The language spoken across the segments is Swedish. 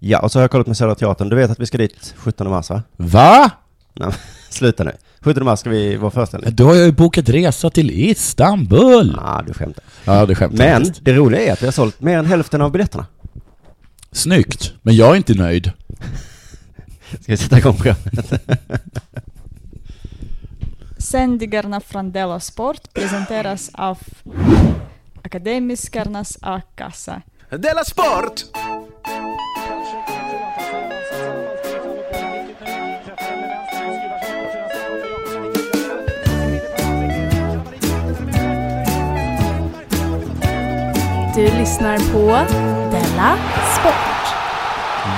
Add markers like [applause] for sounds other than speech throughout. Ja, och så har jag kollat med Södra Teatern. Du vet att vi ska dit 17 mars va? Nej, Va? [laughs] men sluta nu. 17 mars ska vi vara föreställning. Då har jag ju bokat resa till Istanbul. Ah, du skämtar. Ja, det skämtar jag Men faktiskt. det roliga är att vi har sålt mer än hälften av biljetterna. Snyggt. Men jag är inte nöjd. Ska vi sätta igång programmet? Sändningarna från Della Sport presenteras av Akademiskarnas A-kassa. Della Sport! Du lyssnar på Della Sport.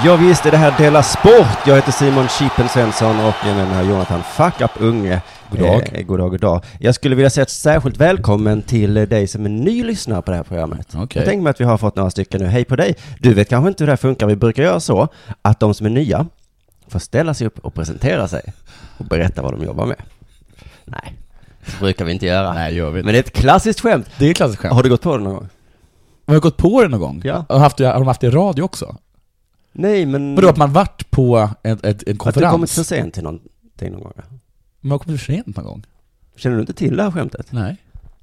Ja visst är det här Della Sport. Jag heter Simon Chipen Svensson och jag är med mig här Jonathan Fuck Up Unge. God dag. Eh, god dag, god dag. Jag skulle vilja säga ett särskilt välkommen till eh, dig som är ny lyssnare på det här programmet. [laughs] Okej. Jag tänker mig att vi har fått några stycken nu. Hej på dig! Du vet kanske inte hur det här funkar. Vi brukar göra så att de som är nya får ställa sig upp och presentera sig och berätta vad de jobbar med. Nej, det brukar vi inte göra. Nej, gör vi inte. Men det är ett klassiskt skämt. Det är klassiskt skämt. Har du gått på det någon gång? Har jag gått på det någon gång? Ja. Har, haft, det- har de haft det i radio också? Nej, men... Vadå, att man varit på en, en, en Att du kommit konferens? för sent till någonting någon gång? ja. Men jag kommer för sent någon gång? Känner du inte till det här skämtet? Nej.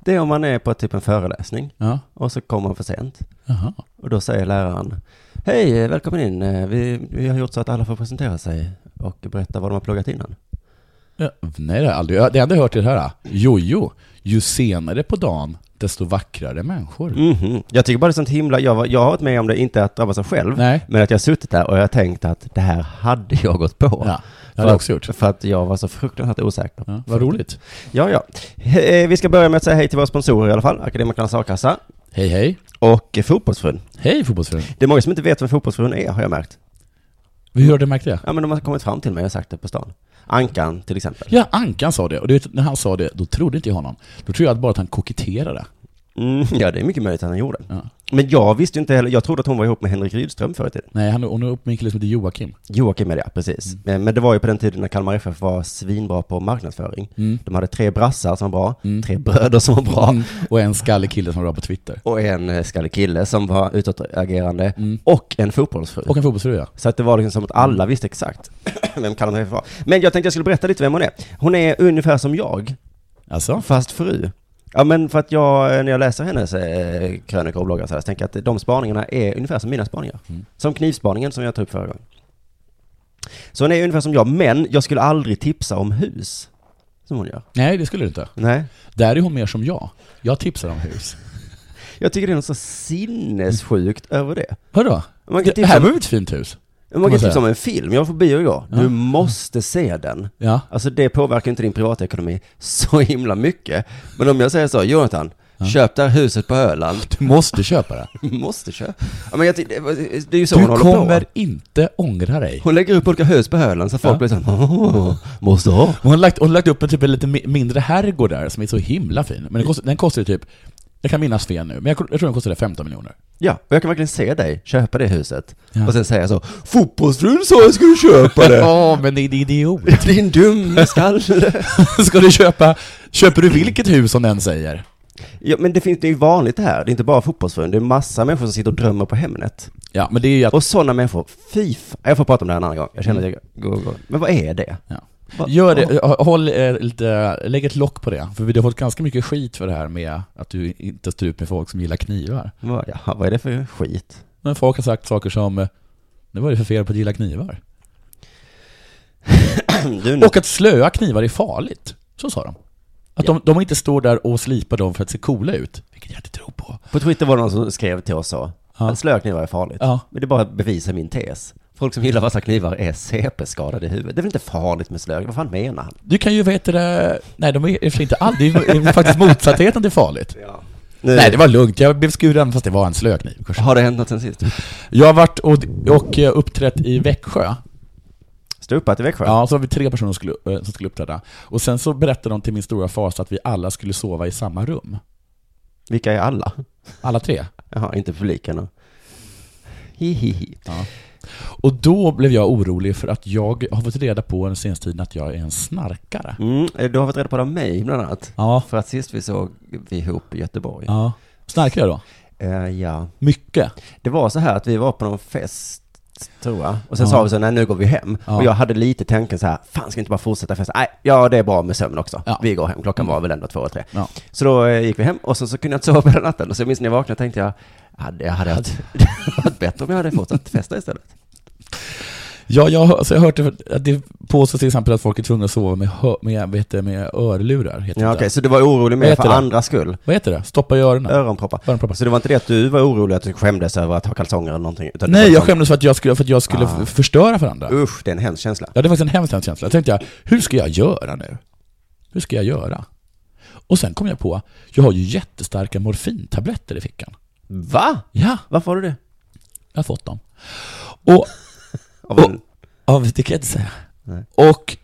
Det är om man är på typ en föreläsning Ja. och så kommer man för sent. Jaha. Och då säger läraren Hej, eh, välkommen in. Eh, Vi, vi har gjort så att alla får presentera sig och berätta vad de har pluggat innan. Ja, nej, det har jag aldrig. Jag- Det enda jag hört är det här. Jojo, ju senare på dagen, desto vackrare människor. Mhm. Jag tycker bara det är sånt himla, jag, var- jag har varit med om det, inte att drabbas av själv, Nej. men att jag har suttit där och jag har tänkt att det här hade jag gått på. Ja, det hade jag också För- gjort. För att jag var så fruktansvärt osäker. Ja, vad roligt. Ja, ja. He- eh, Vi ska börja med att säga hej till våra sponsorer i alla fall, Akademikernas A-kassa Hej, hej. och eh, Fotbollsfrun. Hej fotbollsfrun. Det är många som inte vet vem Fotbollsfrun är, har jag märkt. Hur har du märkt det? Ja men de har kommit fram till mig och sagt det på stan. Ankan till exempel. Ja, Ankan sa det. Och du vet, när han sa det, då trodde inte jag honom. Då tror jag att bara att han koketterade. Mm, ja det är mycket möjligt att han gjorde. Ja. Men jag visste ju inte heller, jag trodde att hon var ihop med Henrik Rydström förr i tiden. Nej, han, hon är uppe med en kille som heter Joakim. Joakim är det, ja, precis. Mm. Men, men det var ju på den tiden när Kalmar FF var svinbra på marknadsföring. De hade tre brassar som var bra, tre bröder som var bra. Och en skallig kille som rör på Twitter. Och en eh, skallig kille som var utåtagerande. Och en fotbollsfru. Och en fotbollsfru, ja. Så att det var liksom som att alla visste exakt [clears throat] vem Kalmar FF var. Men jag tänkte jag skulle berätta lite vem hon är. Hon är ungefär som jag. Alltså? Fast fru. Ja men för att jag, när jag läser hennes eh, krönikor och bloggar så, här, så tänker jag att de spaningarna är ungefär som mina spaningar. Som knivspaningen som jag tog upp förra gången. Så hon är ungefär som jag, men jag skulle aldrig tipsa om hus. Som hon gör. Nej, det skulle du inte. Nej. Där är hon mer som jag. Jag tipsar om hus. Jag tycker det är något så sinnessjukt över det. Vadå? Man kan Det, det tipsa här var om, ju ett fint hus. man man kan säga. tipsa om en film, jag var på bio igår. Du måste se den. Ja. Alltså det påverkar inte din privatekonomi så himla mycket. Men om jag säger så, Jonathan, köp det här huset på Öland. Du måste köpa det. Måste köpa. Ja, men jag ty- det var- det är ju så Du hon håller kommer på. inte ångra dig. Hon lägger upp olika hus på hölen så folk Ja. blir såhär, "Åh, måste ha. Hon har lagt, hon har lagt upp en typ en lite mi- mindre herrgård där som är så himla fin. Men den kostar, den kostar ju typ, jag kan minnas fel nu, men jag, jag tror den kostade 15 miljoner. Ja, och jag kan verkligen se dig köpa det huset. Ja. Och sen säga så, fotbollsfrun sa jag skulle köpa det. [laughs] Ja, men det är idiot. Din dumme skalle. [laughs] Ska du köpa, köper du vilket hus som den säger? ja, men det finns, det är ju vanligt det här. Det är inte bara fotbollsfrun, det är massa människor som sitter och drömmer på Hemnet. Ja, Mm. men det är ju att, Och sådana människor, fy fan. Jag får prata om det här en annan gång. Jag känner att jag går, går. Men vad är det? ja. Vad- Gör det, håll eh, lite, lägg ett lock på det, för vi har fått ganska mycket skit för det här med att du inte står ut med folk som gillar knivar. Vad, ja, vad är det för [clears throat] skit? Men folk har sagt saker som, eh, nu var det för fel på att gilla knivar. Du, nu- Och att slöa knivar är farligt. Så sa de. Att de, de inte står där och slipar dem för att se coola ut. Vilket jag inte tror på. På Twitter var det någon som skrev till oss så. Ja. Att slöknivar är farligt. Ja. Men det bara bevisar min tes. Folk som gillar vassa knivar är CP-skadade i huvudet. Det är väl inte farligt med slög? Vad fan menar han? Du kan ju, vad heter det, nej de är i och för sig inte alls, det är ju faktiskt motsatsheten till farligt. Nu, Nej det var lugnt, jag blev skuren fast det var en slökniv. kanske. Har det hänt något sen sist? Jag har varit och, och eh, uppträtt i Växjö. Ståuppat i Växjö? Ja, så var vi tre personer som skulle, eh, som skulle uppträda. Och sen så berättade de till min stora fas att vi alla skulle sova i samma rum. Vilka är alla? Alla tre. Jaha, inte publiken. och- Hihihi. Och då blev jag orolig för att jag har fått reda på den senaste tiden att jag är en snarkare. Mm, du har fått reda på det av mig bland annat. Ja. För att sist vi såg vi ihop i Göteborg. Ja. Snarkar jag då? Eh, ja. Mycket. Det var så här att vi var på någon fest fest, tror jag. Och sen sa vi så, nej nu går vi hem. Ja. Och jag hade lite tanken så här, fan ska vi inte bara fortsätta festa? Nej, ja det är bra med sömn också. Ja. Mm. Vi går hem, klockan var väl ändå två och tre. Ja. Så då eh, gick vi hem och så, så kunde jag inte sova på den natten. Och så jag minns när jag vaknade tänkte jag, hade, jag hade haft, [laughs] det hade varit bättre om jag hade fortsatt festa istället. Ja, jag, har- alltså jag har hört det- att det påstås till exempel att folk är tvungna att sova med, hö, med, vet det, med örlurar. Heter Ja, det. okej, så du var orolig Vad mer heter för det? andras skull? Vad heter det? Stoppa i öronen? Öronproppar. Öronproppar. Så det var inte det att du var orolig att du skämdes över att ha kalsonger eller någonting? Utan det Nej, var jag sån- skämdes för att jag skulle, för att jag skulle Ah. f- förstöra för andra. Usch, det är en hemsk känsla. Ja, det var faktiskt en hemsk hemsk känsla. Jag tänkte jag, hur ska jag göra nu? Hur ska jag göra? Och sen kom jag på, jag har ju jättestarka morfintabletter i fickan. Va? Ja, Varför har du det? jag har fått dem. Och, Av en- ja, det kan jag inte säga. Nej. Och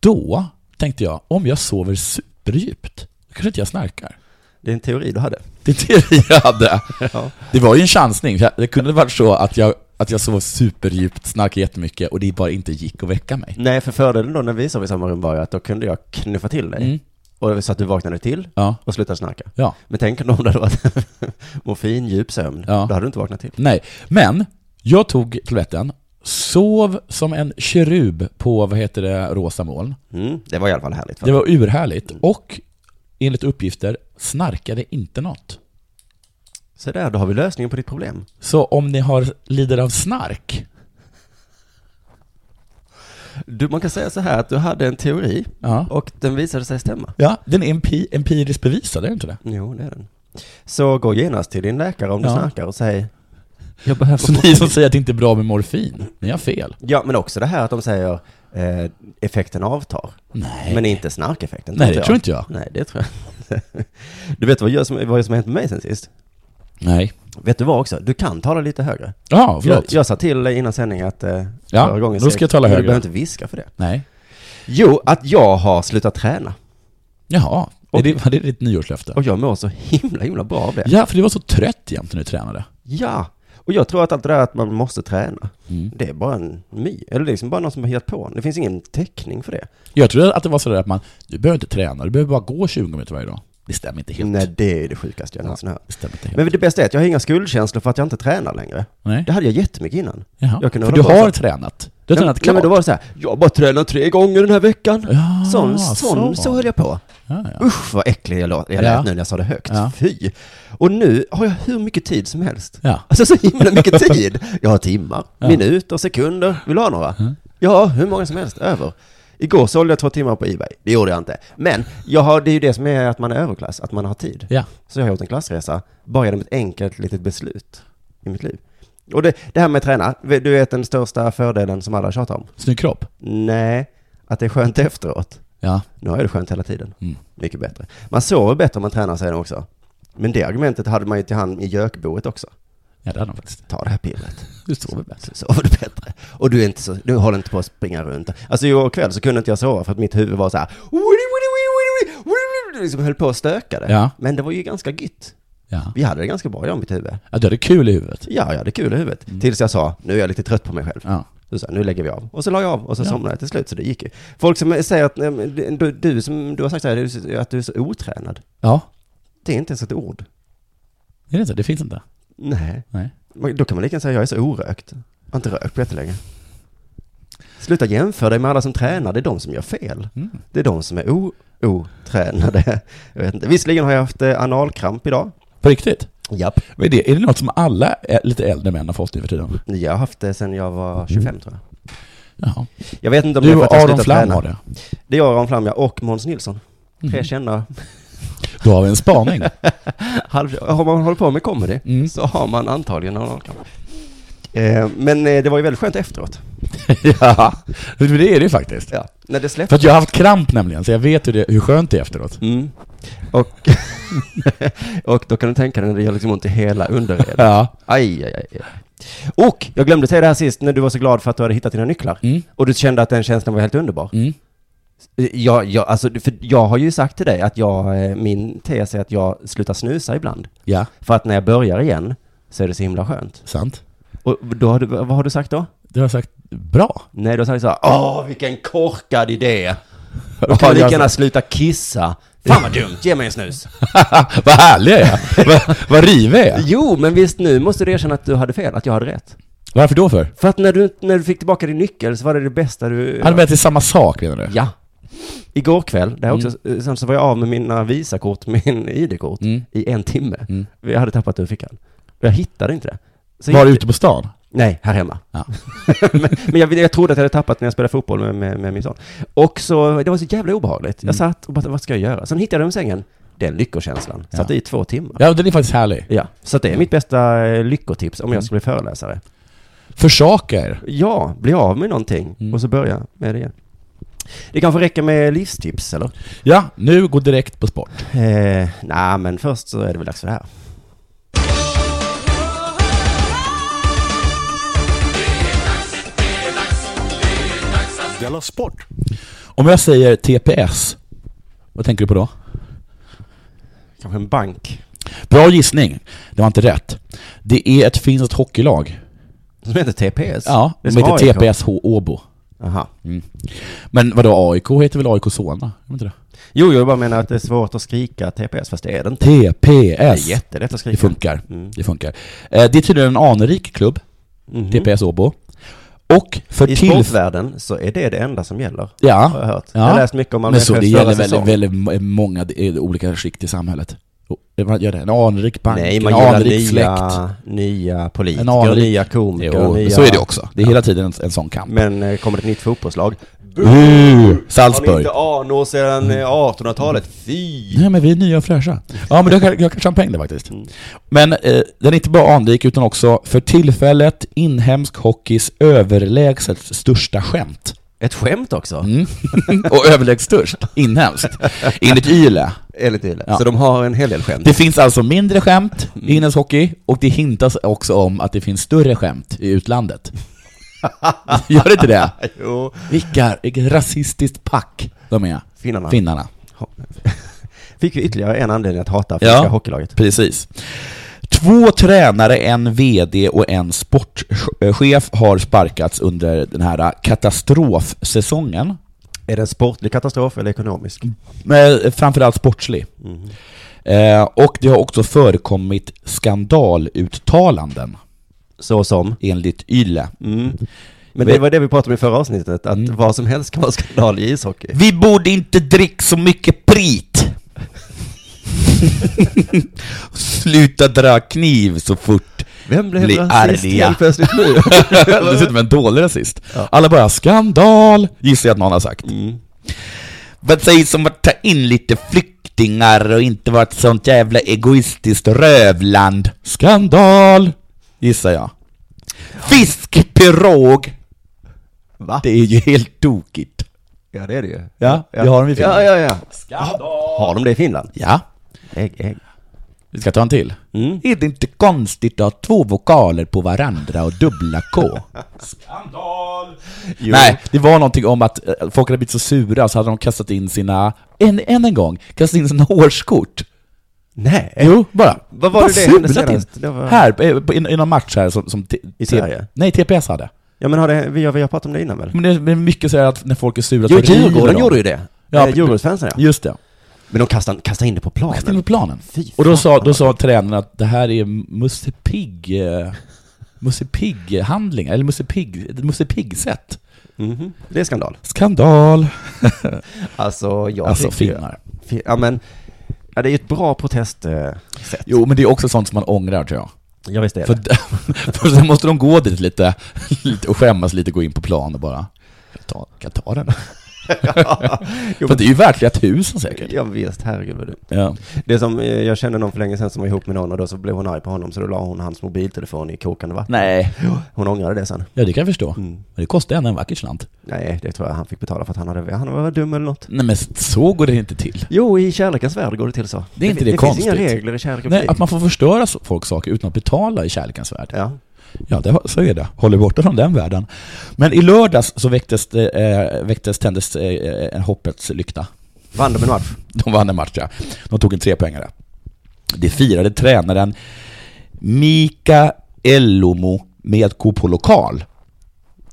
då tänkte jag, om jag sover superdjupt, då kanske inte jag snarkar. Det är en teori du [laughs] hade. Det är det jag hade. Ja. Det var ju en chansning. Det kunde varit så att jag, att jag sov superdjupt, snarkade jättemycket och det bara inte gick att väcka mig. Nej, för fördelen då när vi sov i samma rum var ju att då kunde jag knuffa till dig. Mm. Och så att du vaknade till Ja, och slutade snarka. ja, Men tänk om det hade varit [laughs] morfin, djup sömn. Ja. Då hade du inte vaknat till. nej. Men jag tog tabletten, sov som en kerub på, vad heter det, rosa moln. Mm, det var i alla fall härligt. För. Det var urhärligt och enligt uppgifter snarkade inte något. Så där, då har vi lösningen på ditt problem. Så om ni har lider av snark, Du, man kan säga så här att du hade en teori ja, och den visade sig stämma. ja den är empi, empiriskt bevisad, är det inte det? Jo, det är den. Så gå genast till din läkare om du Ja. snarkar och säg Jag behöver Så ni som säger att det inte är bra med morfin, ni har fel. Ja, men också det här att de säger eh, effekten avtar. Nej, Men inte snarkeffekten. nej det tror inte jag. Nej, det tror jag inte. Du vet vad, jag som, vad som har hänt med mig sen sist? Nej. Vet du vad också? Du kan tala lite högre. Ja, Jag, förlåt. jag sa till dig innan sändning att eh, Ja, förra gången... då ska jag tala men högre. Du behöver inte viska för det. Nej. Jo, att jag har slutat träna. Jaha, Och- är det, var det ditt nyårslöfte? Och jag mår så himla, himla bra av det. Ja, för du var så trött jämt när du tränade. Ja. Och jag tror att allt det där att man måste träna, Mm. det är bara en my. Eller det är liksom bara någon som har hittat på. Det finns ingen täckning för det. Jag trodde att det var sådär att man, du behöver inte träna, du behöver bara gå 20 minuter varje dag. Det stämmer inte helt. Nej, det är det sjukaste jag någonsin hört. Det stämmer inte helt. Men det bästa är att jag har inga skuldkänslor för att jag inte tränar längre. Nej. Det hade jag jättemycket innan. Jaha. jag kunde för du hålla på har så. tränat. Du Nej, har tränat nej, men klart. då var det så här, jag har bara tränat tre gånger den här veckan. Ja, sån, sån, så höll jag på. Ja, ja. Usch vad äcklig jag, lå- jag Ja. lät nu när jag sa det högt. Ja. Fy. Och nu har jag hur mycket tid som helst. ja. Alltså så himla [laughs] mycket tid. Jag har timmar, Ja. minuter, sekunder. Vill du ha några? Mm. Ja, hur många som helst. Över. Igår sålde jag två timmar på Ebay. Det gjorde jag inte. Men jag har, det är ju det som är att man är överklass, att man har tid. Ja. Så jag har gjort en klassresa, bara genom ett enkelt litet beslut i mitt liv. Och det, det här med att träna, du vet den största fördelen som alla tjatar om? Snygg kropp. Nej, att det är skönt efteråt. Ja. Nu är det skönt hela tiden. Mm. Mycket bättre. Man sover bättre om man tränar sig också. Men det argumentet hade man ju till han i gökboet också. ja, det hade han faktiskt. Ta det här pillret, Du sover bättre. så sover du bättre. Och du, är inte så, du håller inte på att springa runt. Alltså igår kväll så kunde inte jag sova för att mitt huvud var så här... Liksom höll på att stöka det. Ja. Men det var ju ganska gytt. Ja. Vi hade det ganska bra, jag och mitt huvud. ja, du hade kul i huvudet. Ja, jag hade kul i huvudet. Tills jag sa, nu är jag lite trött på mig själv. Mm. Ja. Så sa jag, nu lägger vi av. Och så la jag av och så Ja. somnade jag till slut, så det gick ju. Folk som säger att, nej, men du- du, du som, du har sagt så här, du- att du är så otränad. Ja, Det är inte ens ett ord. är det inte? Det finns inte. Nej. Nej. Men Då kan man lika gärna säga, jag är så orökt. Jag har inte rökt på jättelänge. Sluta jämföra dig med alla som tränar, det är de som gör fel. Mm. Det är de som är o- otränade. Jag vet inte. Visserligen har jag haft eh, analkramp idag. På riktigt? Japp. Vad är det? Är det något som alla ä- lite äldre män har fått nu för tiden? Jag har haft det sedan jag var 25 tror jag. Jaha. Jag vet inte om det Mm. Du är för att och jag har Aron slutat Flam träna. har det. Det är jag, Aron Flam, ja, och Måns Nilsson. Tre Mhm. kända Då har vi en [laughs] spaning. Halv, har man hållit på med comedy Mm. så har man antagligen en analkamp. Eh, men eh, det var ju väldigt skönt efteråt. ja, det är det ju faktiskt. Ja. När det släppte. För att jag har haft kramp nämligen, så jag vet hur, det, hur skönt det är efteråt. Mm. Och, [laughs] och då kan du tänka dig när det gör liksom ont i hela underredet. Ja. Aj, aj, aj, aj. Och jag glömde säga det här sist när du var så glad för att du hade hittat dina nycklar. Mm. Och du kände att den känslan var helt underbar. Mm. Eh, Jag, jag, alltså, för jag har ju sagt till dig att jag, eh, min tes är att jag slutar snusa ibland. Ja, För att när jag börjar igen så är det så himla skönt. sant. Och då har du, vad har du sagt då? Det har jag sagt bra. Nej, då sa jag så här, åh vilken korkad idé! Då kan Ja, vi lika jag- gärna sluta kissa. Fan vad dumt, ge mig en snus. [laughs] vad härlig jag är. Vad, vad rivig jag är. Jo, men visst nu måste du erkänna att du hade fel, att jag hade rätt. Varför då för? För att när du, när du fick tillbaka din nyckel så var det det bästa du... Hade de ätit samma sak menar du? Ja. Igår kväll, där också, eh, sen så var jag av med mina Visakort, [laughs] min ID-kort, Mm. i en timme. Mm. Jag hade tappat det ur fickan. Jag hittade inte det. Så Var gick- du ute på stan? Nej, här hemma. Ja. [laughs] men men jag, jag trodde att jag hade tappat när jag spelade fotboll med, med, med min son. Och så, det var så jävla obehagligt. Mm. Jag satt och bara, vad ska jag göra? Sen hittade jag den i sängen. Den lyckokänslan. Satt Ja. i två timmar. Ja. Ja, Mm. den är faktiskt härlig. så att det är mitt bästa eh, lyckotips om jag ska bli föreläsare. Försaka er. Ja, bli av med någonting Mm. och så börja med det igen. Det kanske räcker med livstips, eller? Ja, nu gå direkt på sport. Eh, Nej, men först så är det väl dags för det här. Della Sport! Om jag säger TPS, vad tänker du på då? Kanske en bank Bra gissning. Det var inte rätt. Det är ett finskt hockeylag. som heter TPS. Ja, det de är som heter AIK. TPSH Åbo. Aha. Men vadå AIK heter väl AIK Solna? Gör de inte det? Jo, jag bara menar att det är svårt att skrika TPS, fast det är det inte. Det är TPS. jättelätt att Det skrika. funkar. Mm. Det funkar. Eh, Det är tydligen en anrik klubb, Mhm. TPS Åbo. Och för I tillfället... sportvärlden så är det det enda som gäller. Har Ja. jag hört. Ja. Jag har läst mycket om Malmö Men så det FFs gäller förra säsong. väldigt, väldigt må- många eh, olika skikt i samhället. Och Man gör det. En anrik bank, Nej, man en gillar anrik släkt. nya, nya politiker, En anrik- nya komiker, Jo, nya... så är det också. Det är hela tiden en, en sån kamp. Men eh, kommer det ett nytt fotbollslag? Uh, Mm. Har ni Salzburg. inte anor sedan eh, 1800-talet? Fy! Nej men vi är nya och fräscha. Ja men jag kan, jag kan champagne där faktiskt. Mm. Men eh, den är inte bara anrik utan också för tillfället inhemsk hockeys överlägset största skämt. Ett skämt också? Mm. [laughs] och överlägset störst, inhemskt. Enligt YLE. Enligt Yle. Ja. Så de har en hel del skämt. Det finns alltså mindre skämt i inhemsk hockey och det hintas också om att det finns större skämt i utlandet. [laughs] Gör det inte det? [laughs] Jo, Vilka, vilket rasistiskt pack de är, finnarna. finnarna. [laughs] Fick vi ytterligare en anledning att hata Ja. finska hockeylaget. Precis. Två tränare, en VD och en sportchef har sparkats under den här katastrofsäsongen. Är det en sportlig katastrof eller ekonomisk? Mm. Men framförallt sportslig. Eh, och det har också förekommit skandaluttalanden Så som? enligt YLE. Mm. Men det Vet- var det vi pratade om i förra avsnittet, att Mm. vad som helst kan vara skandal i ishockey. Vi borde inte dricka så mycket prit. Sluta dra kniv så fort Vem blev Bli rasist arga. helt plötsligt [laughs] nu? Dessutom en dålig rasist. Alla bara 'skandal' gissar jag att någon har sagt. Vad sägs om att ta in lite flyktingar och inte vara ett sånt jävla egoistiskt rövland? Skandal! Gissar jag. Fiskpirog! Va? Det är ju helt tokigt. Ja, det är det ju. Ja, det har de i Finland. Ja, ja, ja. Skandal! Har de det i Finland? Ja, Ägg, ägg. vi ska ta en till. Mm. Är det inte konstigt att ha två vokaler på varandra och dubbla K? Skandal! Jo. Nej, det var någonting om att eh, folk hade blivit så sura så hade de kastat in sina, än, än en gång, kastat in sina [laughs] årskort. Nej. Jo, bara. Eh, Vad var bara det det hände surat senast? in. Det var- Här, eh, på- i, i någon match här som... som t- I t- Sverige? Nej, TPS hade. Ja, men har det, vi, har, vi har pratat om det innan väl? Men det är mycket så här att när folk är sura Jo, så river Djurgården de. gjorde ju det. Ja, Ja, Djurgårdsfansen ja. Just det. Men de kastade, kastade in det på Kastade planen. in på planen. Fy Och då fan. sa, då sa tränaren att det här är Musse Pigg... eh, Musse Pigg-handlingar, eller Musse Pigg- ett Musse Pigg-sätt. Mhm. Det är skandal. Skandal! Alltså, jag Alltså tycker ju- finnar. Fi- Ja, men ja, det är ju ett bra protestsätt. Jo, men det är också sånt som man ångrar tror jag. Ja, visst är det. [laughs] För, för sen måste de gå dit lite, lite och skämmas lite, gå in på plan och bara ta, kan jag ta den? [laughs] Jo, [laughs] för det är ju verkliga tusen säkert. Ja, visst, herregud vad du. Ja. Det som, eh, jag kände någon för länge sedan som var ihop med någon och då så blev hon arg på honom så då la hon hans mobiltelefon i kokande vatten. Nej. Hon ångrade det sen. Ja, det kan jag förstå. Mm. Men det kostar ändå en vacker slant. Nej, det tror jag han fick betala för att han, hade, han var dum eller något. Nej men så går det inte till. Jo, i kärlekens värld går det till så. Det är fi- inte det Det finns konstigt. inga regler i kärlek och Nej, krig. att man får förstöra så- folks saker utan att betala i kärlekens värld. Ja. Ja, det, har- så är det. Håll er borta från den världen. Men i lördags så väcktes, det, eh, väcktes tändes eh, en hoppets lykta. [laughs] Vann de en match? De vann en match, ja. De tog en trepoängare. Det firade tränaren Mika Ellomo med att gå på lokal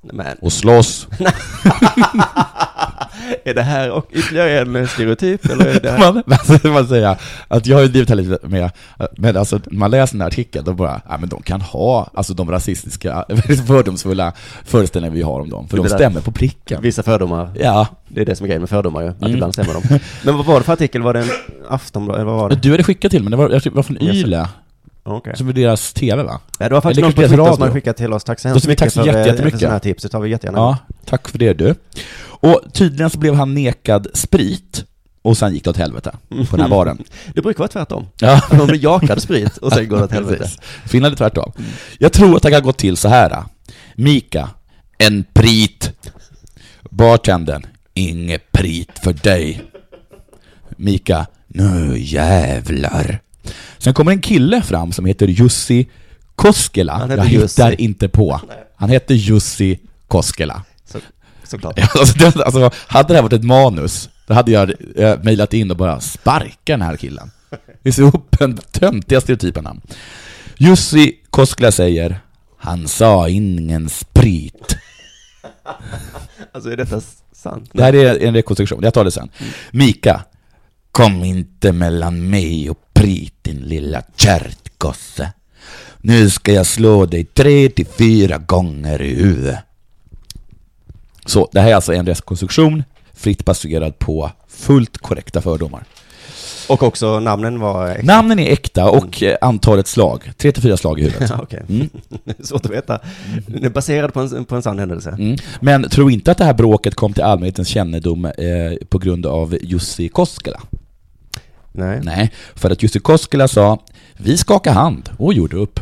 Men, och slåss. Är det här och ytterligare en stereotyp eller är det här? [laughs] Man, alltså, man säger att jag har ju drivit här lite med, men alltså när man läser den här artikeln, då bara, ja men de kan ha, alltså de rasistiska, [laughs] fördomsfulla föreställningar vi har om dem, för Det de där- stämmer på [laughs] pricken. Vissa fördomar. Ja, Det är det som är grejen med fördomar ju, att Mm. ibland stämmer de. Men vad var det för artikel? Var det en Aftonbladet, eller vad var det? du hade skickat till mig, det var, jag tror det var från Yes. YLE, Okej. som är deras TV va? Ja, det var faktiskt Eller någon på Kulturens Twitter som Radio. hade skickat till oss. Tack så Då hemskt ska vi mycket tacka för, eh, för jättemycket. sådana här tips. Det tar vi jättegärna Ja, tack för det du. Och tydligen så blev han nekad sprit, och sen gick det åt helvete på den här baren. Det brukar vara tvärtom. [laughs] Ja. De blir jakade sprit [laughs] och sen går det åt helvete. Precis. Finland är tvärtom. Jag tror att det kan gå till så här. Mika, en prit. Bartendern, inget prit för dig. Mika, nu jävlar. Sen kommer en kille fram som heter Jussi Koskela. Han heter Jag Jussi. hittar inte på. Han heter Jussi Koskela. Så, såklart. Ja, Alltså, det, alltså, hade det här varit ett manus, då hade jag eh, mejlat in och bara sparka den här killen. Vi ser upp den töntiga stereotypen han. Jussi Koskela säger, han sa ingen sprit. Alltså är detta s- sant? Det här är en rekonstruktion, jag tar det sen. Mika, kom inte mellan mig och prit din lilla kärtgosse. Nu ska jag slå dig tre till fyra gånger i huvudet. Så det här är alltså en rekonstruktion, fritt baserad på fullt korrekta fördomar. Och också namnen var... eh, Namnen är äkta och eh, antalet slag, tre till fyra slag [laughs] i [laughs] huvudet. Ja, Okej. Mm. Svårt att veta. Den är baserad på en, på en sann händelse. Mm. Men tro inte att det här bråket kom till allmänhetens kännedom eh, på grund av Jussi Koskela. Nej. Nej, för att Jussi Koskela sa Vi skakar hand och gjorde upp.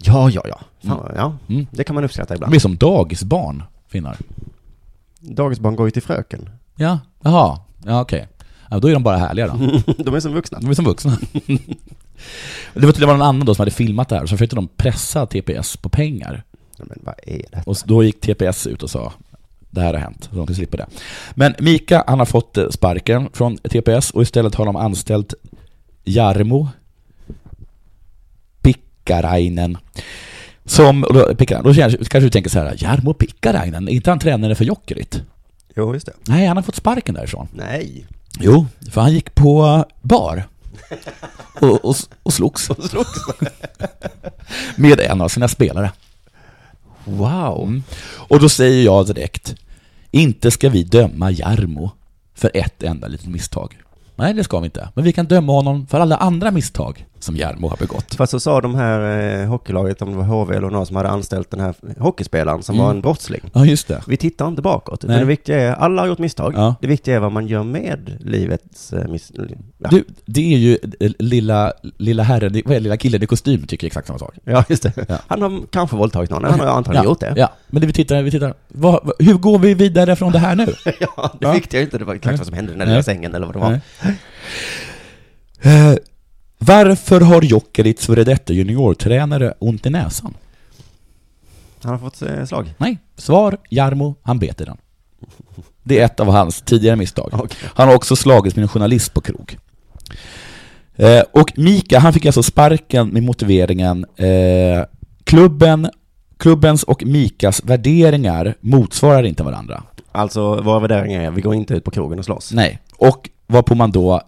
Ja, ja, ja. Fan, vad- ja. Mm. Det kan man uppskatta De ibland. är som dagisbarn, finnar. Mm. Dagisbarn går ju till [laughs] fröken. Ja, jaha, ja okej. Ja, då är de bara härliga då. De är som vuxna. Mm. De är som vuxna. [laughs] Det var, det var någon annan då som hade filmat det här, så försökte de pressa TPS på pengar. Ja, Men vad är det? Och då gick TPS ut och sa det här har hänt, så de kan slippa det. Men Mika, han har fått eh, sparken från TPS och istället har de anställt Jarmo Pikkarainen. Som, och då, Pikkarainen, då känns- kanske du tänker så här, Jarmo Pikkarainen, är inte han tränare för Jokerit? Jo, just det. Nej, han har fått sparken därifrån. Nej. Jo, för han gick på bar. Och, och, och slogs. Och slogs. [laughs] Med en av sina spelare. Wow. Mm. Och då säger jag direkt, inte ska vi döma Jarmo för ett enda litet misstag. Nej, det ska vi inte. Men vi kan döma honom för alla andra misstag som Jarmo har begått. Fast så sa de här eh, hockeylaget, om det var HV eller någon som hade anställt den här hockeyspelaren som var en brottsling. Ja, just det. Vi tittar inte bakåt, utan Mm. Nej. det viktiga är, alla har gjort misstag. Ja. Det viktiga är vad man gör med livets eh, miss... Ja. Du, det är ju eh, lilla, lilla herren, i- vad är det, lilla killen i kostym tycker exakt samma sak. ja, just det. Ja. Han har kanske våldtagit någon, han har antagligen ja, gjort det. Ja, men det vi tittar, vi tittar. Vad, vad- hur går vi vidare från det här nu? [laughs] Ja, det Ja. viktiga är inte det var exakt vad som hände i den där Nej. lilla sängen eller vad det var. Nej. [laughs] Eh, varför har Jokerits före detta juniortränare ont i näsan? Han har fått eh, slag. Nej, svar Jarmo, han bet i den. Det är ett av hans tidigare misstag. Okej. Han har också slagits med en journalist på krog. Eh, och Mika, han fick alltså sparken med motiveringen eh, klubben, klubbens och Mikas värderingar motsvarar inte varandra. Alltså, våra värderingar är, vi går inte ut på krogen och slåss. Nej, och varpå man då,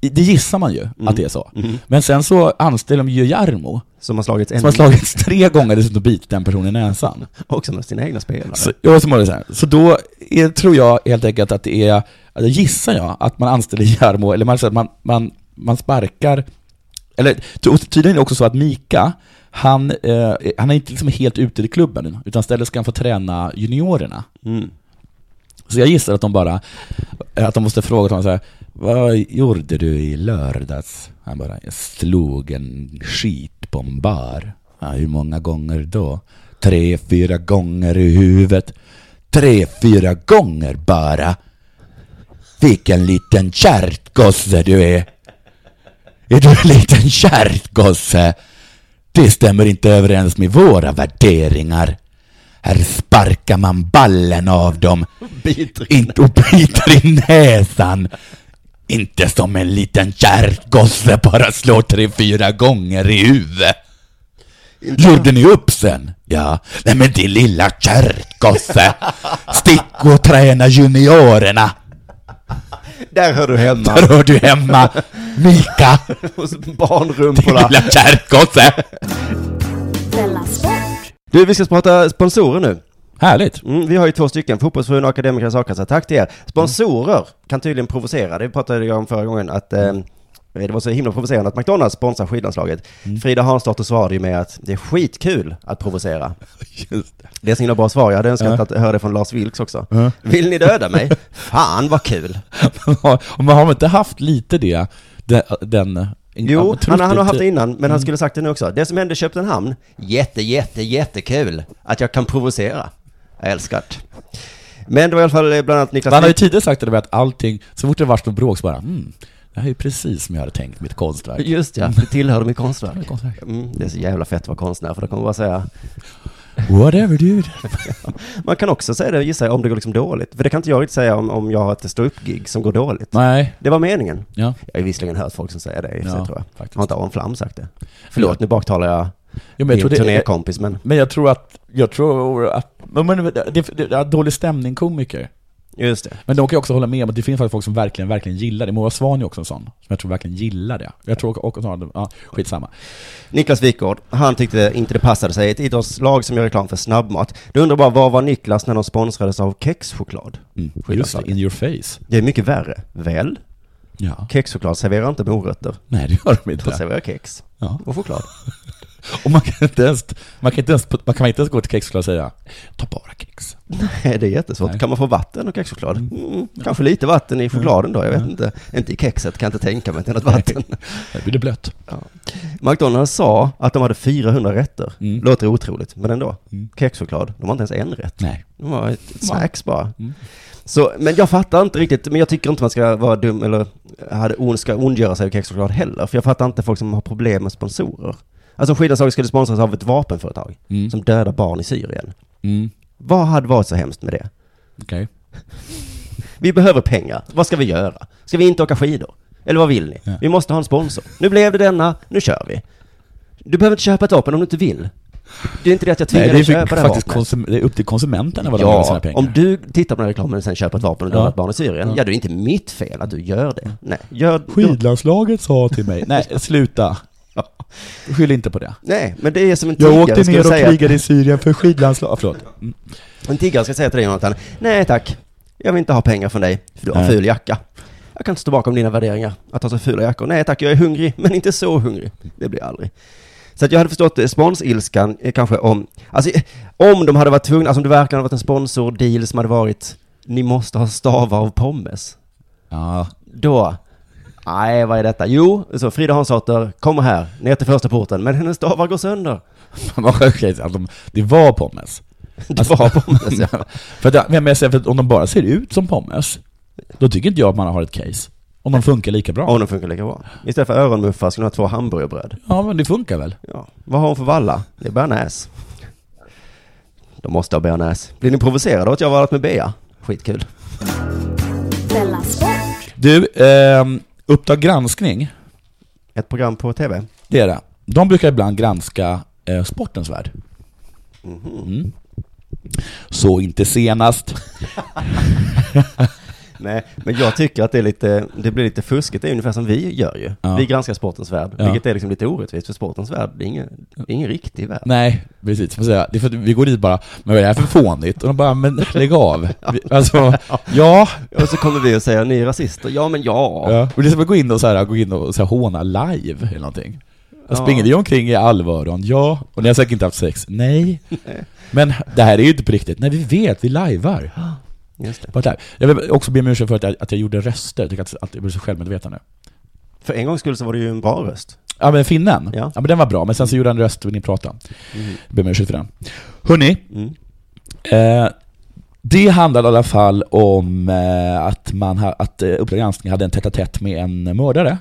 det gissar man ju att det är så. Men sen så anställer de ju Jarmo, Som har slagits en som har slagits tre gånger dessutom och bitit en person i näsan. också med sina egna spelare. Så, ja, så, var det så, här. så då är, tror jag helt enkelt att det är, eller gissar jag, att man anställer Jarmo, eller man, säger att man, man, man sparkar, eller ty- och tydligen är det också så att Mika, han, eh, han är inte liksom helt ute i klubben, utan istället ska han få träna juniorerna. Mm. Så jag gissar att de bara, eh, att de måste fråga honom så här, vad gjorde du i lördags? Han bara, jag slog en skit på en bar. Ja, hur många gånger då? Tre, fyra gånger i huvudet. Tre, fyra gånger bara. Vilken liten kärtgosse du är. Är du en liten kärtgosse? Det stämmer inte överens med våra värderingar. Här sparkar man ballen av dem. Biter Inte och biter i näsan. Inte som en liten kärrgosse bara slår tre, fyra gånger i huvudet. Gjorde ni upp sen? Ja. Nej men din lilla kärrgosse. Stick och träna juniorerna. Där hör du hemma. Där hör du hemma, Mika, Hos barnrumporna. lilla kärrgosse. Della Sport. Du, vi ska prata sponsorer nu. Härligt. Mm, vi har ju två stycken, Fotbollsfrun och Akademikernas a-kassa. Tack till er. Sponsorer kan tydligen provocera. Det pratade jag om förra gången, att eh, det var så himla provocerande att McDonalds sponsrar skidlandslaget. Frida Hansdotter svarade ju med att det är skitkul att provocera. Det är så himla bra svar. Jag hade önskat Ja. att höra det från Lars Vilks också. Vill ni döda mig? Fan vad kul! Men har man inte haft lite det, den... den Jo, trott han, han har haft det lite- innan, men han skulle sagt det nu också. Det som hände i Köpenhamn, jätte, jätte, jättekul att jag kan provocera. Jag älskar det. Men det var i alla fall eh, bland annat Niklas... Han har ju tidigare sagt det där med att allting, så fort det varit något bråk så bara mm, det här är ju precis som jag hade tänkt mitt konstverk. Just ja, det tillhör mitt konstverk. Mitt konstverk. Mm, det är så jävla fett att vara konstnär, för då kommer man bara säga... [laughs] Whatever dude. Man kan också säga det, gissar jag, om det går liksom dåligt. För det kan inte jag riktigt säga om, om jag har ett ståuppgig som går dåligt. Nej. Det var meningen. Ja. Jag har visserligen hört folk som säger det i och för sig, Ja, tror jag. faktiskt. Har inte Aron Flam sagt det? Förlåt, nu baktalar jag, Jo, men min jag tror det, turnékompis, men... men jag tror att, jag tror att, men, men det, det, det, är dålig stämning komiker. Just det. Men de kan ju också hålla med om att det finns faktiskt folk som verkligen, verkligen gillar det. Moa Svahn är också en sån, som jag tror verkligen gillar det. Jag tror också, också ja, skitsamma. Niklas Wikgård, han tyckte inte det passade sig. Ett idrottslag som gör reklam för snabbmat. Du undrar bara, var var Niklas när de sponsrades av kexchoklad? Mm. Just det, Skitlandslaget. in your face. Det är mycket värre. Väl? Ja. Kexchoklad serverar inte morötter. Nej, det gör de De inte. serverar kex. Ja. Och choklad. Och man kan inte ens, man kan inte ens, man kan inte ens gå till kexchoklad och säga ta bara kex. Nej, det är jättesvårt. Nej. Kan man få vatten och kexchoklad? Mm, kanske lite vatten i chokladen då, jag vet inte. Inte i kexet, kan jag inte tänka mig till något vatten. Där blir det blött. [laughs] McDonalds sa att de hade 400 rätter. Mm. Låter otroligt, men ändå. Mm. Kexchoklad, de har inte ens en rätt. Nej. De har ett snacks bara. Mm. Så, men jag fattar inte riktigt, men jag tycker inte man ska vara dum eller hade ond, ska ondgöra sig över kexchoklad heller. För jag fattar inte folk som har problem med sponsorer. Alltså om skidlandslaget skulle sponsras av ett vapenföretag Mm. som dödar barn i Syrien. Mm. Vad hade varit så hemskt med det? Okej. Vi behöver pengar. Vad ska vi göra? Ska vi inte åka skidor? Eller vad vill ni? Ja. Vi måste ha en sponsor. Nu blev det denna, nu kör vi. Du behöver inte köpa ett vapen om du inte vill. Det är inte det att jag tvingar Nej, dig det att köpa är det här faktiskt vapnet. konsum- det är upp till konsumenterna vad de gör med sina Ja, pengar. om du tittar på den här reklamen och sen köper ett vapen och Ja. dödar ett barn i Syrien, ja. då Ja. är det inte mitt fel att du gör det. Nej, gör... Skidlandslaget sa till [laughs] mig, nej sluta. Skyll inte på det. Nej, men det är som en Jag tiggare åkte skulle ner och säga. krigade i Syrien för skidlandslaget. Ah, förlåt. Mm. En tiggare ska säga till dig Jonathan, nej tack, jag vill inte ha pengar från dig, för du har Nej. ful jacka. Jag kan inte stå bakom dina värderingar, att ha så fula jackor. Nej tack, jag är hungrig, men inte så hungrig. Det blir jag aldrig. Så att jag hade förstått eh, sponsilskan eh, kanske om, alltså eh, om de hade varit tvungna, alltså om det verkligen hade varit en sponsordeal som hade varit, ni måste ha stavar av pommes. Ja, [laughs] Då, nej vad är detta? Jo, så Frida Hansdotter kommer här, ner till första porten, men hennes stavar går [laughs] sönder. fan vad sjukt att de, det var pommes. Det var pommes ja. För att, men jag säger, för att om de bara ser ut som pommes, då tycker inte jag att man har ett case. Om de funkar lika bra. Om de funkar lika bra. Istället för öronmuffar skulle hon ha två hamburgerbröd. Ja, men det funkar väl? Ja. Vad har hon för valla? Det är bearnaise. De måste ha bearnaise. Blir ni provocerade av att jag har varit med Bea? Skitkul. Della Sport. Du, ehm, Uppdrag granskning, Ett program på tv. det är det. De brukar ibland granska eh, sportens värld. Mm. Så inte senast. Nej, men jag tycker att det, är lite, det blir lite fuskigt. Det är ungefär som vi gör ju. Ja. Vi granskar sportens värld, Ja. vilket är liksom lite orättvist för sportens värld. Det är ingen, det är ingen riktig värld. Nej, precis. Får säga, det är för att vi går dit bara, men vad är det här för fånigt? Och de bara, men lägg av. Vi, alltså, ja. Och så kommer vi och säger, ni är rasister. Ja, men ja. ja. Och det är som att gå in och, så här, gå in och så här, håna live eller någonting. Jag Ja. springer ni omkring i allvaron? Ja. Och ni har säkert inte haft sex? Nej. Men det här är ju inte på riktigt. Nej, vi vet, vi lajvar. Just det. Bara live. Jag vill också be om ursäkt för att jag, att jag gjorde röster. Jag tycker att, att jag blev så självmedveten nu. För en gångs skull så var det ju en bra röst. Ja men finnen, Ja. Mm. ja. men den var bra, men sen så gjorde han röst och ni pratade. Ber om ursäkt för den. Hörni, Mm. eh, det handlade i alla fall om eh, att, man ha, att eh, Uppdrag granskning hade en tätt tätt med en mördare.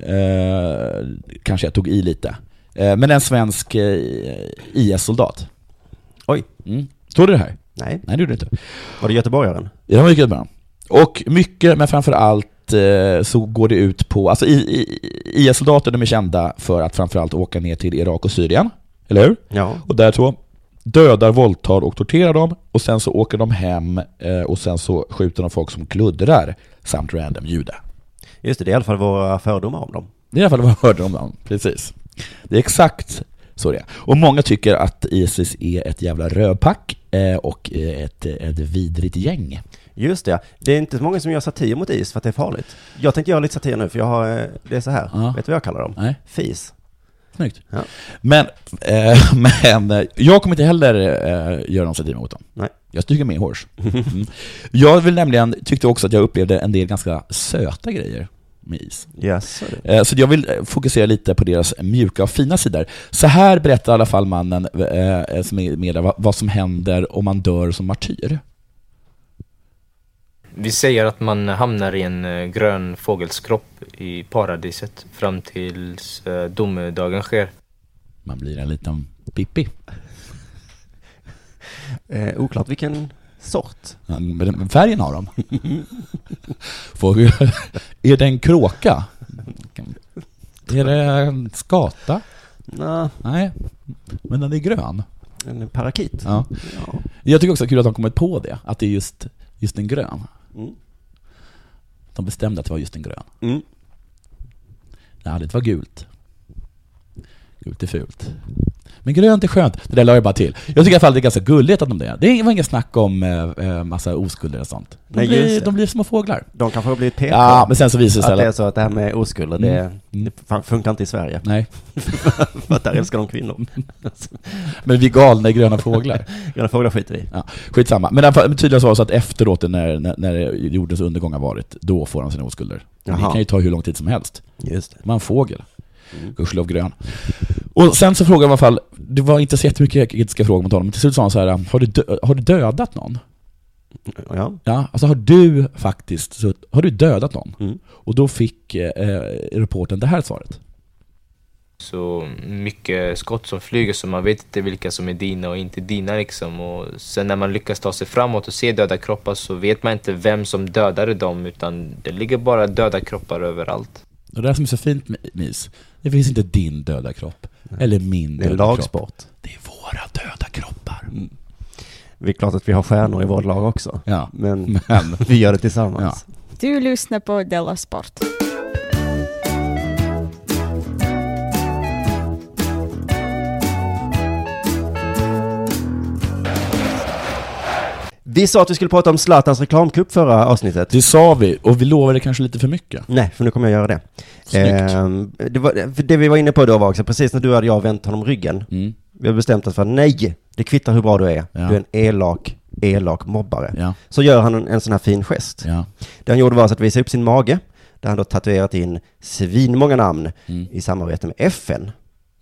Eh, kanske jag tog i lite. Eh, men en svensk eh, IS-soldat. Oj. Mm. Såg du det här? Nej, Nej det gjorde du inte. var det göteborgaren? Ja, det var mycket bra. Och mycket, men framför allt eh, så går det ut på, alltså I- I- IS-soldater de är kända för att framförallt åka ner till Irak och Syrien, eller hur? Ja. Och där så dödar, våldtar och torterar dem och sen så åker de hem eh, och sen så skjuter de folk som kluddrar samt random judar. Just det, det är i alla fall våra fördomar om dem. Det är i alla fall vad jag hörde om dem, precis. Det är exakt så det är. Och många tycker att Isis är ett jävla rövpack eh, och eh, ett, ett vidrigt gäng. Just det, det är inte så många som gör satir mot is för att det är farligt. Jag tänkte göra lite satir nu för jag har, eh, det är så här, Ja. vet du vad jag kallar dem? Nej, Fis. snyggt. Ja. Men, eh, [laughs] men eh, jag kommer inte heller eh, göra någon satir mot dem. Nej. Jag stryker med hårs. Mm. Jag vill nämligen, tyckte också att jag upplevde en del ganska söta grejer med is. Yes. Eh, Så jag vill eh, fokusera lite på deras mjuka och fina sidor. Så här berättar i alla fall mannen eh, som är med där vad- vad som händer om man dör som martyr. Vi säger att man hamnar i en eh, grön fågelskropp i paradiset fram tills eh, domedagen sker. Man blir en liten pippi. Eh, oklart vilken sort. Ja, men Färgen [laughs] har de. Får- [laughs] är det en kråka? Är det en skata? Nå, Nej, men den är grön. en parakit. Ja. Ja. Jag tycker också kul att de kommit på det, att det är just, just en grön. Mm. De bestämde att det var just en grön. Mm. Nej, det var gult. Gult är fult. Men grönt är skönt. Det där la jag bara till. Jag tycker i alla fall det är ganska gulligt att de det. Det var inget snack om eh, eh, massa oskulder och sånt. De, Nej, just blir, det. de blir små fåglar. De kanske har blivit PK. Ja, men sen så visar det sig att att... det är så att det här med oskulder, det, Mm. det fan funkar inte i Sverige. Nej, För att där älskar de [laughs] kvinnor. men vi är galna i [laughs] gröna fåglar. Gröna fåglar skiter vi i. Ja, skitsamma. Men i alla fall, tydligen så var det så att efteråt, när, när, när jordens undergång har varit, då får de sina oskulder. Men Det Jaha. kan ju ta hur lång tid som helst. Just det. Det var en fågel. Gudskelov grön. Och sen så frågade de i alla fall, det var inte så jättemycket kritiska frågor mot honom, men till slut sa han så här, har du, dö- har du dödat någon? Ja. Ja, alltså har du faktiskt, så, har du dödat någon? Mm. Och då fick eh, reporten det här svaret. Så mycket skott som flyger så man vet inte vilka som är dina och inte dina liksom. Och sen när man lyckas ta sig framåt och se döda kroppar så vet man inte vem som dödade dem utan det ligger bara döda kroppar överallt. Och det här som är så fint med is, det finns inte din döda kropp, eller min Det är en döda kropp. lagsport. Det är våra döda kroppar. Mm. Det är klart att vi har stjärnor i vårt lag också. Ja, Mm. Men men vi gör det tillsammans. Du lyssnar på Della Sport. Vi sa att vi skulle prata om Zlatans reklamkupp förra avsnittet. det sa vi, och vi lovade kanske lite för mycket. Nej, för nu kommer jag göra det. Snyggt. Ehm, det, var, för det vi var inne på då var också, precis när du hade jag vänt honom ryggen, Mm, vi har bestämt oss för nej, det kvittar hur bra du är, Ja. du är en elak, elak mobbare. ja, Så gör han en, en sån här fin gest. ja. Det han gjorde var alltså att visa upp sin mage, där han då tatuerat in svinmånga namn Mm. i samarbete med FN.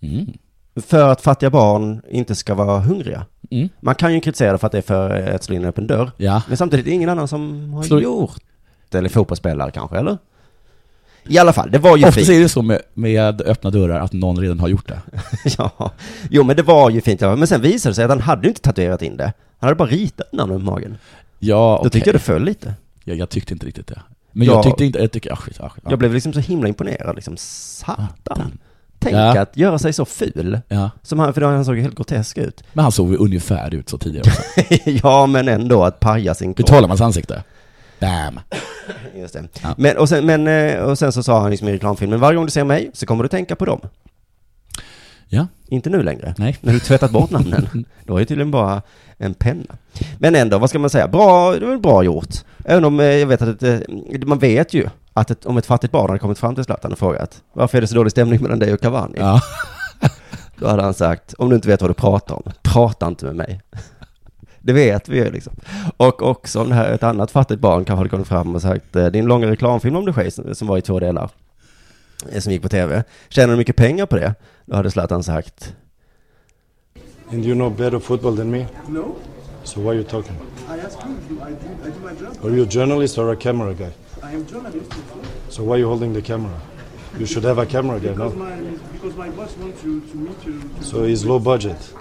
Mm. För att fattiga barn inte ska vara hungriga. Mm. Man kan ju kritisera det för att det är för eh, att slå in en öppen dörr. Ja. Men samtidigt är det ingen annan som har Slå- gjort det. Eller fotbollsspelare kanske, eller? I alla fall, det var ju Ofta fint. är det så med, med öppna dörrar att någon redan har gjort det. [laughs] ja. Jo, men det var ju fint. Men sen visade det sig att han hade ju inte tatuerat in det. Han hade bara ritat namnet på magen. Ja, Då tyckte jag jag, det föll lite. jag, tyckte inte riktigt det. Men Ja. jag tyckte inte, jag tycker, ah, skit, ah, skit, ah. Jag blev liksom så himla imponerad, liksom. Satan. Tänk Ja. att göra sig så ful. ja. Som han, för då han såg ju helt grotesk ut. [laughs] Men han såg ju ungefär ut så tidigare också. ja, men ändå att paja sin kropp. Betalar man hans ansikte? Bam! Just det. Ja. Men, och, sen, men, eh, och sen så sa han liksom i reklamfilmen, varje gång du ser mig så kommer du tänka på dem. Ja, Inte nu längre. nej. När du tvättat bort [laughs] namnen. Då är det tydligen bara en penna. Men ändå, vad ska man säga? Bra, det var bra gjort. Även om eh, jag vet att ett, eh, man vet ju att ett, om ett fattigt barn hade kommit fram till Zlatan och frågat varför är det så dålig stämning mellan dig och Cavani? Ja. Då hade han sagt, om du inte vet vad du pratar om, prata inte med mig. Det vet vi ju liksom. Och också om det här, ett annat fattigt barn kanske hade kommit fram och sagt, eh, din långa reklamfilm om dig själv som- som var i två delar, eh, som gick på tv, tjänar du mycket pengar på det? Då hade Zlatan sagt, And you know better football than me? No. So why are you talking? I ask you, I do, I do my job. Are you a journalist or a camera guy? I am journalist. So why are you holding the camera? You should have a camera guy, no? because my boss wants you to meet you. So he's low budget.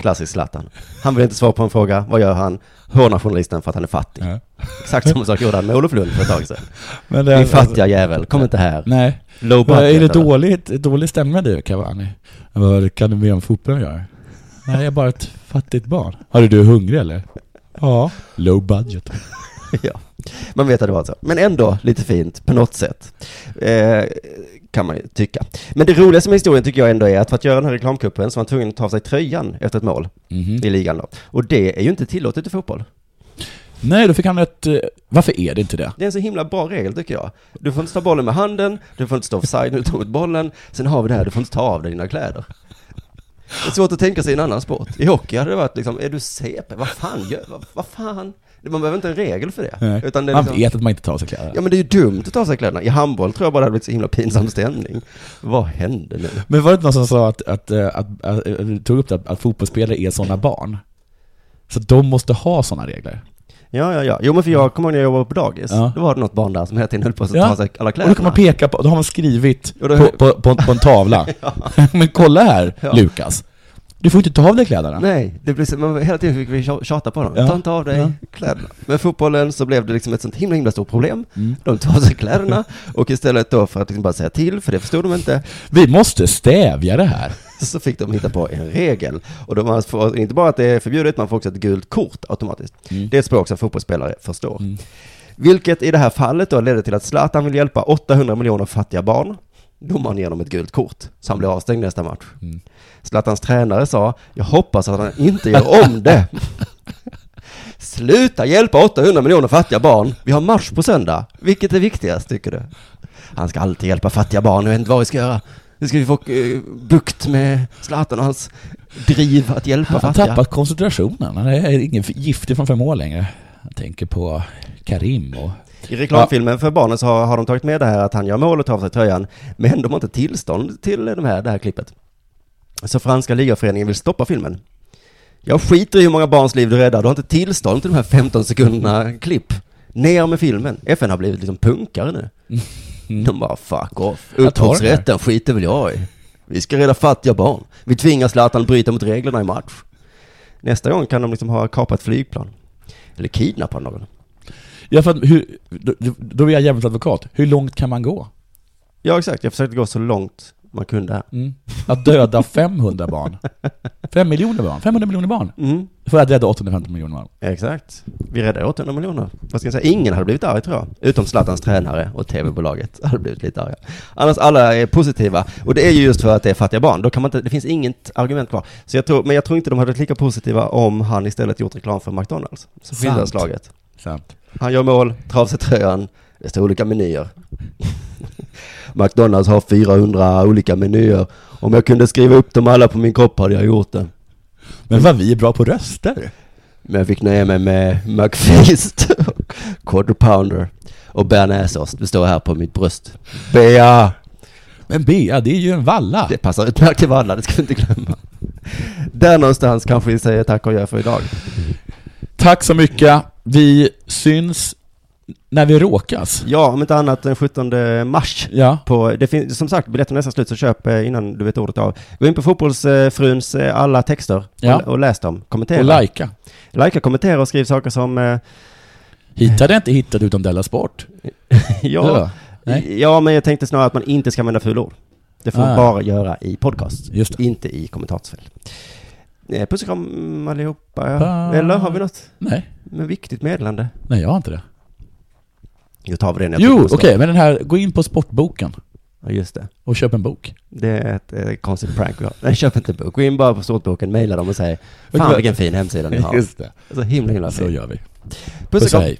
klassisk Zlatan. Han vill inte svara på en fråga, vad gör han? Hånar journalisten för att han är fattig. Ja. Exakt samma sak gjorde han med Olof Lund för ett tag sedan. Men det, Din fattiga jävel, kom inte här. Nej. Low Men är det budget, eller? dåligt, dålig stämning med dig Cavani? Vad kan du be om fotbollen gör? Nej, jag är bara ett fattigt barn. Hörru, du är hungrig eller? Ja. Low budget. ja. Man vet att det var så. Men ändå lite fint på något sätt. Eh, kan man ju tycka. Men det roligaste med historien tycker jag ändå är att för att göra den här reklamkuppen så var han tvungen att ta av sig tröjan efter ett mål Mm-hmm. Mhm. i ligan då. Och det är ju inte tillåtet i fotboll. Nej, då fick han ett... eh, Varför är det inte det? Det är en så himla bra regel tycker jag. Du får inte ta bollen med handen, du får inte stå offside när du tar ut bollen, sen har vi det här, du får inte ta av dig dina kläder. Det är svårt att tänka sig en annan sport. I hockey hade det varit liksom, är du CP? Vad fan gör, vad, vad fan? Man behöver inte en regel för det. Nej. Utan det är han liksom, vet att man inte tar sig kläder. ja men det är ju dumt att ta av sig kläderna. I handboll tror jag bara det hade blivit så himla pinsam stämning. Vad hände nu? Men var det inte någon som sa att, att, eh, att, att, eh, tog upp det, att fotbollsspelare är sådana barn? Så de måste ha sådana regler. Ja, ja, ja. Jo men för jag kommer ihåg när jag jobbade på dagis, Ja. då var det något barn där som hela tiden höll på att Ja. ta av sig alla Och kläderna. då kan man peka på, då har man skrivit Och då- på, på, på, på en tavla. [laughs] [laughs] Men kolla här, Ja. Lukas. Du får inte ta av dig kläderna. Nej, det blev så, man, hela tiden fick vi tja- tjata på dem. Ja. Ta inte av dig Ja. kläderna. Men fotbollen så blev det liksom ett sånt himla himla stort problem. Mm. De tar av sig kläderna och istället då för att liksom bara säga till, för det förstod de inte, Vi måste stävja det här. så fick de hitta på en regel. Och då man får, inte bara att det är förbjudet, man får också ett gult kort automatiskt. Mm. Det är ett språk som fotbollsspelare förstår. Vilket i det här fallet då ledde till att Zlatan vill hjälpa 800 miljoner fattiga barn. Domaren ger honom ett gult kort, så han blir avstängd nästa match. Zlatans tränare sa, jag hoppas att han inte gör om det. Sluta hjälpa 800 miljoner fattiga barn. Vi har match på söndag. Vilket är viktigast, tycker du? Han ska alltid hjälpa fattiga barn, jag vet inte vad vi ska göra. Nu ska vi få eh, bukt med Zlatan och hans driv att hjälpa Han har fattiga. tappat koncentrationen. Han är ingen giftig från fem år längre. Jag tänker på Karim och... I reklamfilmen för barnen så har, har de tagit med det här att han gör mål och tar av sig tröjan, men de har inte tillstånd till de här, det här klippet. Så franska ligaföreningen vill stoppa filmen. Jag skiter i hur många barns liv du räddar, du har inte tillstånd till de här 15 sekunderna klipp. Ner med filmen. FN har blivit liksom punkare nu. De bara fuck off. Mm. Jag tar den här. Upphovsrätten skiter väl jag i. Vi ska rädda fattiga barn. Vi tvingar Zlatan att bryta mot reglerna i match. Nästa gång kan de liksom ha kapat flygplan. Eller kidnappat någon. Ja, för att hur, då, då är jag djävulens advokat. Hur långt kan man gå? Ja, exakt. Jag försökte gå så långt man kunde här. Mm. Att döda 500 barn? 5 miljoner barn? 500 miljoner barn? Mm. För att rädda 850 miljoner barn. Exakt. Vi räddade 800 miljoner. Vad ska jag säga? Ingen hade blivit arg tror jag. Utom Zlatans tränare och tv-bolaget [laughs] hade blivit lite arga. Annars alla är positiva. Och det är ju just för att det är fattiga barn. Då kan man inte, det finns inget argument kvar. Så jag tror, men jag tror inte de hade varit lika positiva om han istället gjort reklam för McDonalds. Så skiljer Sant. slaget. Sant. Han gör mål, tar av sig tröjan, det står olika menyer. [laughs] McDonalds har 400 olika menyer. Om jag kunde skriva upp dem alla på min kropp hade jag gjort det. Men vad vi är bra på röster. Men jag fick nöja mig med [laughs] McFeast, Quarter Pounder och bearnaisesås. Det står här på mitt bröst. Bea! Men Bea, det är ju en valla. Det passar utmärkt till alla, det ska vi inte glömma. Där någonstans kanske vi säger tack och gör för idag. Tack så mycket. Vi syns när vi råkas. Ja, om inte annat den 17 mars. Ja. På, det finns, som sagt, biljetten är nästan slut, så köp eh, innan du vet ordet av. Gå in på fotbollsfruns eh, alla texter Ja. och, och läs dem. Kommentera. Och lajka. Likea, kommentera och skriv saker som... [laughs] eh, Hittade jag inte hittat utan Della Sport. ja, Nej. ja, men jag tänkte snarare att man inte ska använda fula ord. Det får man Ah. bara göra i podcast. Just det. Inte i kommentarsfält. Eh, Puss och kram allihopa. Bye. Eller har vi något Nej. med viktigt meddelande? Nej, jag har inte det. Nu tar vi det när jag Jo, tycker okej, det står. men den här, gå in på Sportboken Ja, just det. och köp en bok. Det är ett eh, konstigt prank vi har. Nej, köp inte en bok. Gå in bara på Stortboken, mejla dem och säg Vet du Fan vad- [laughs] vilken fin hemsida ni har. det. Så himla himla Så fin. gör vi. Puss och kram. hej.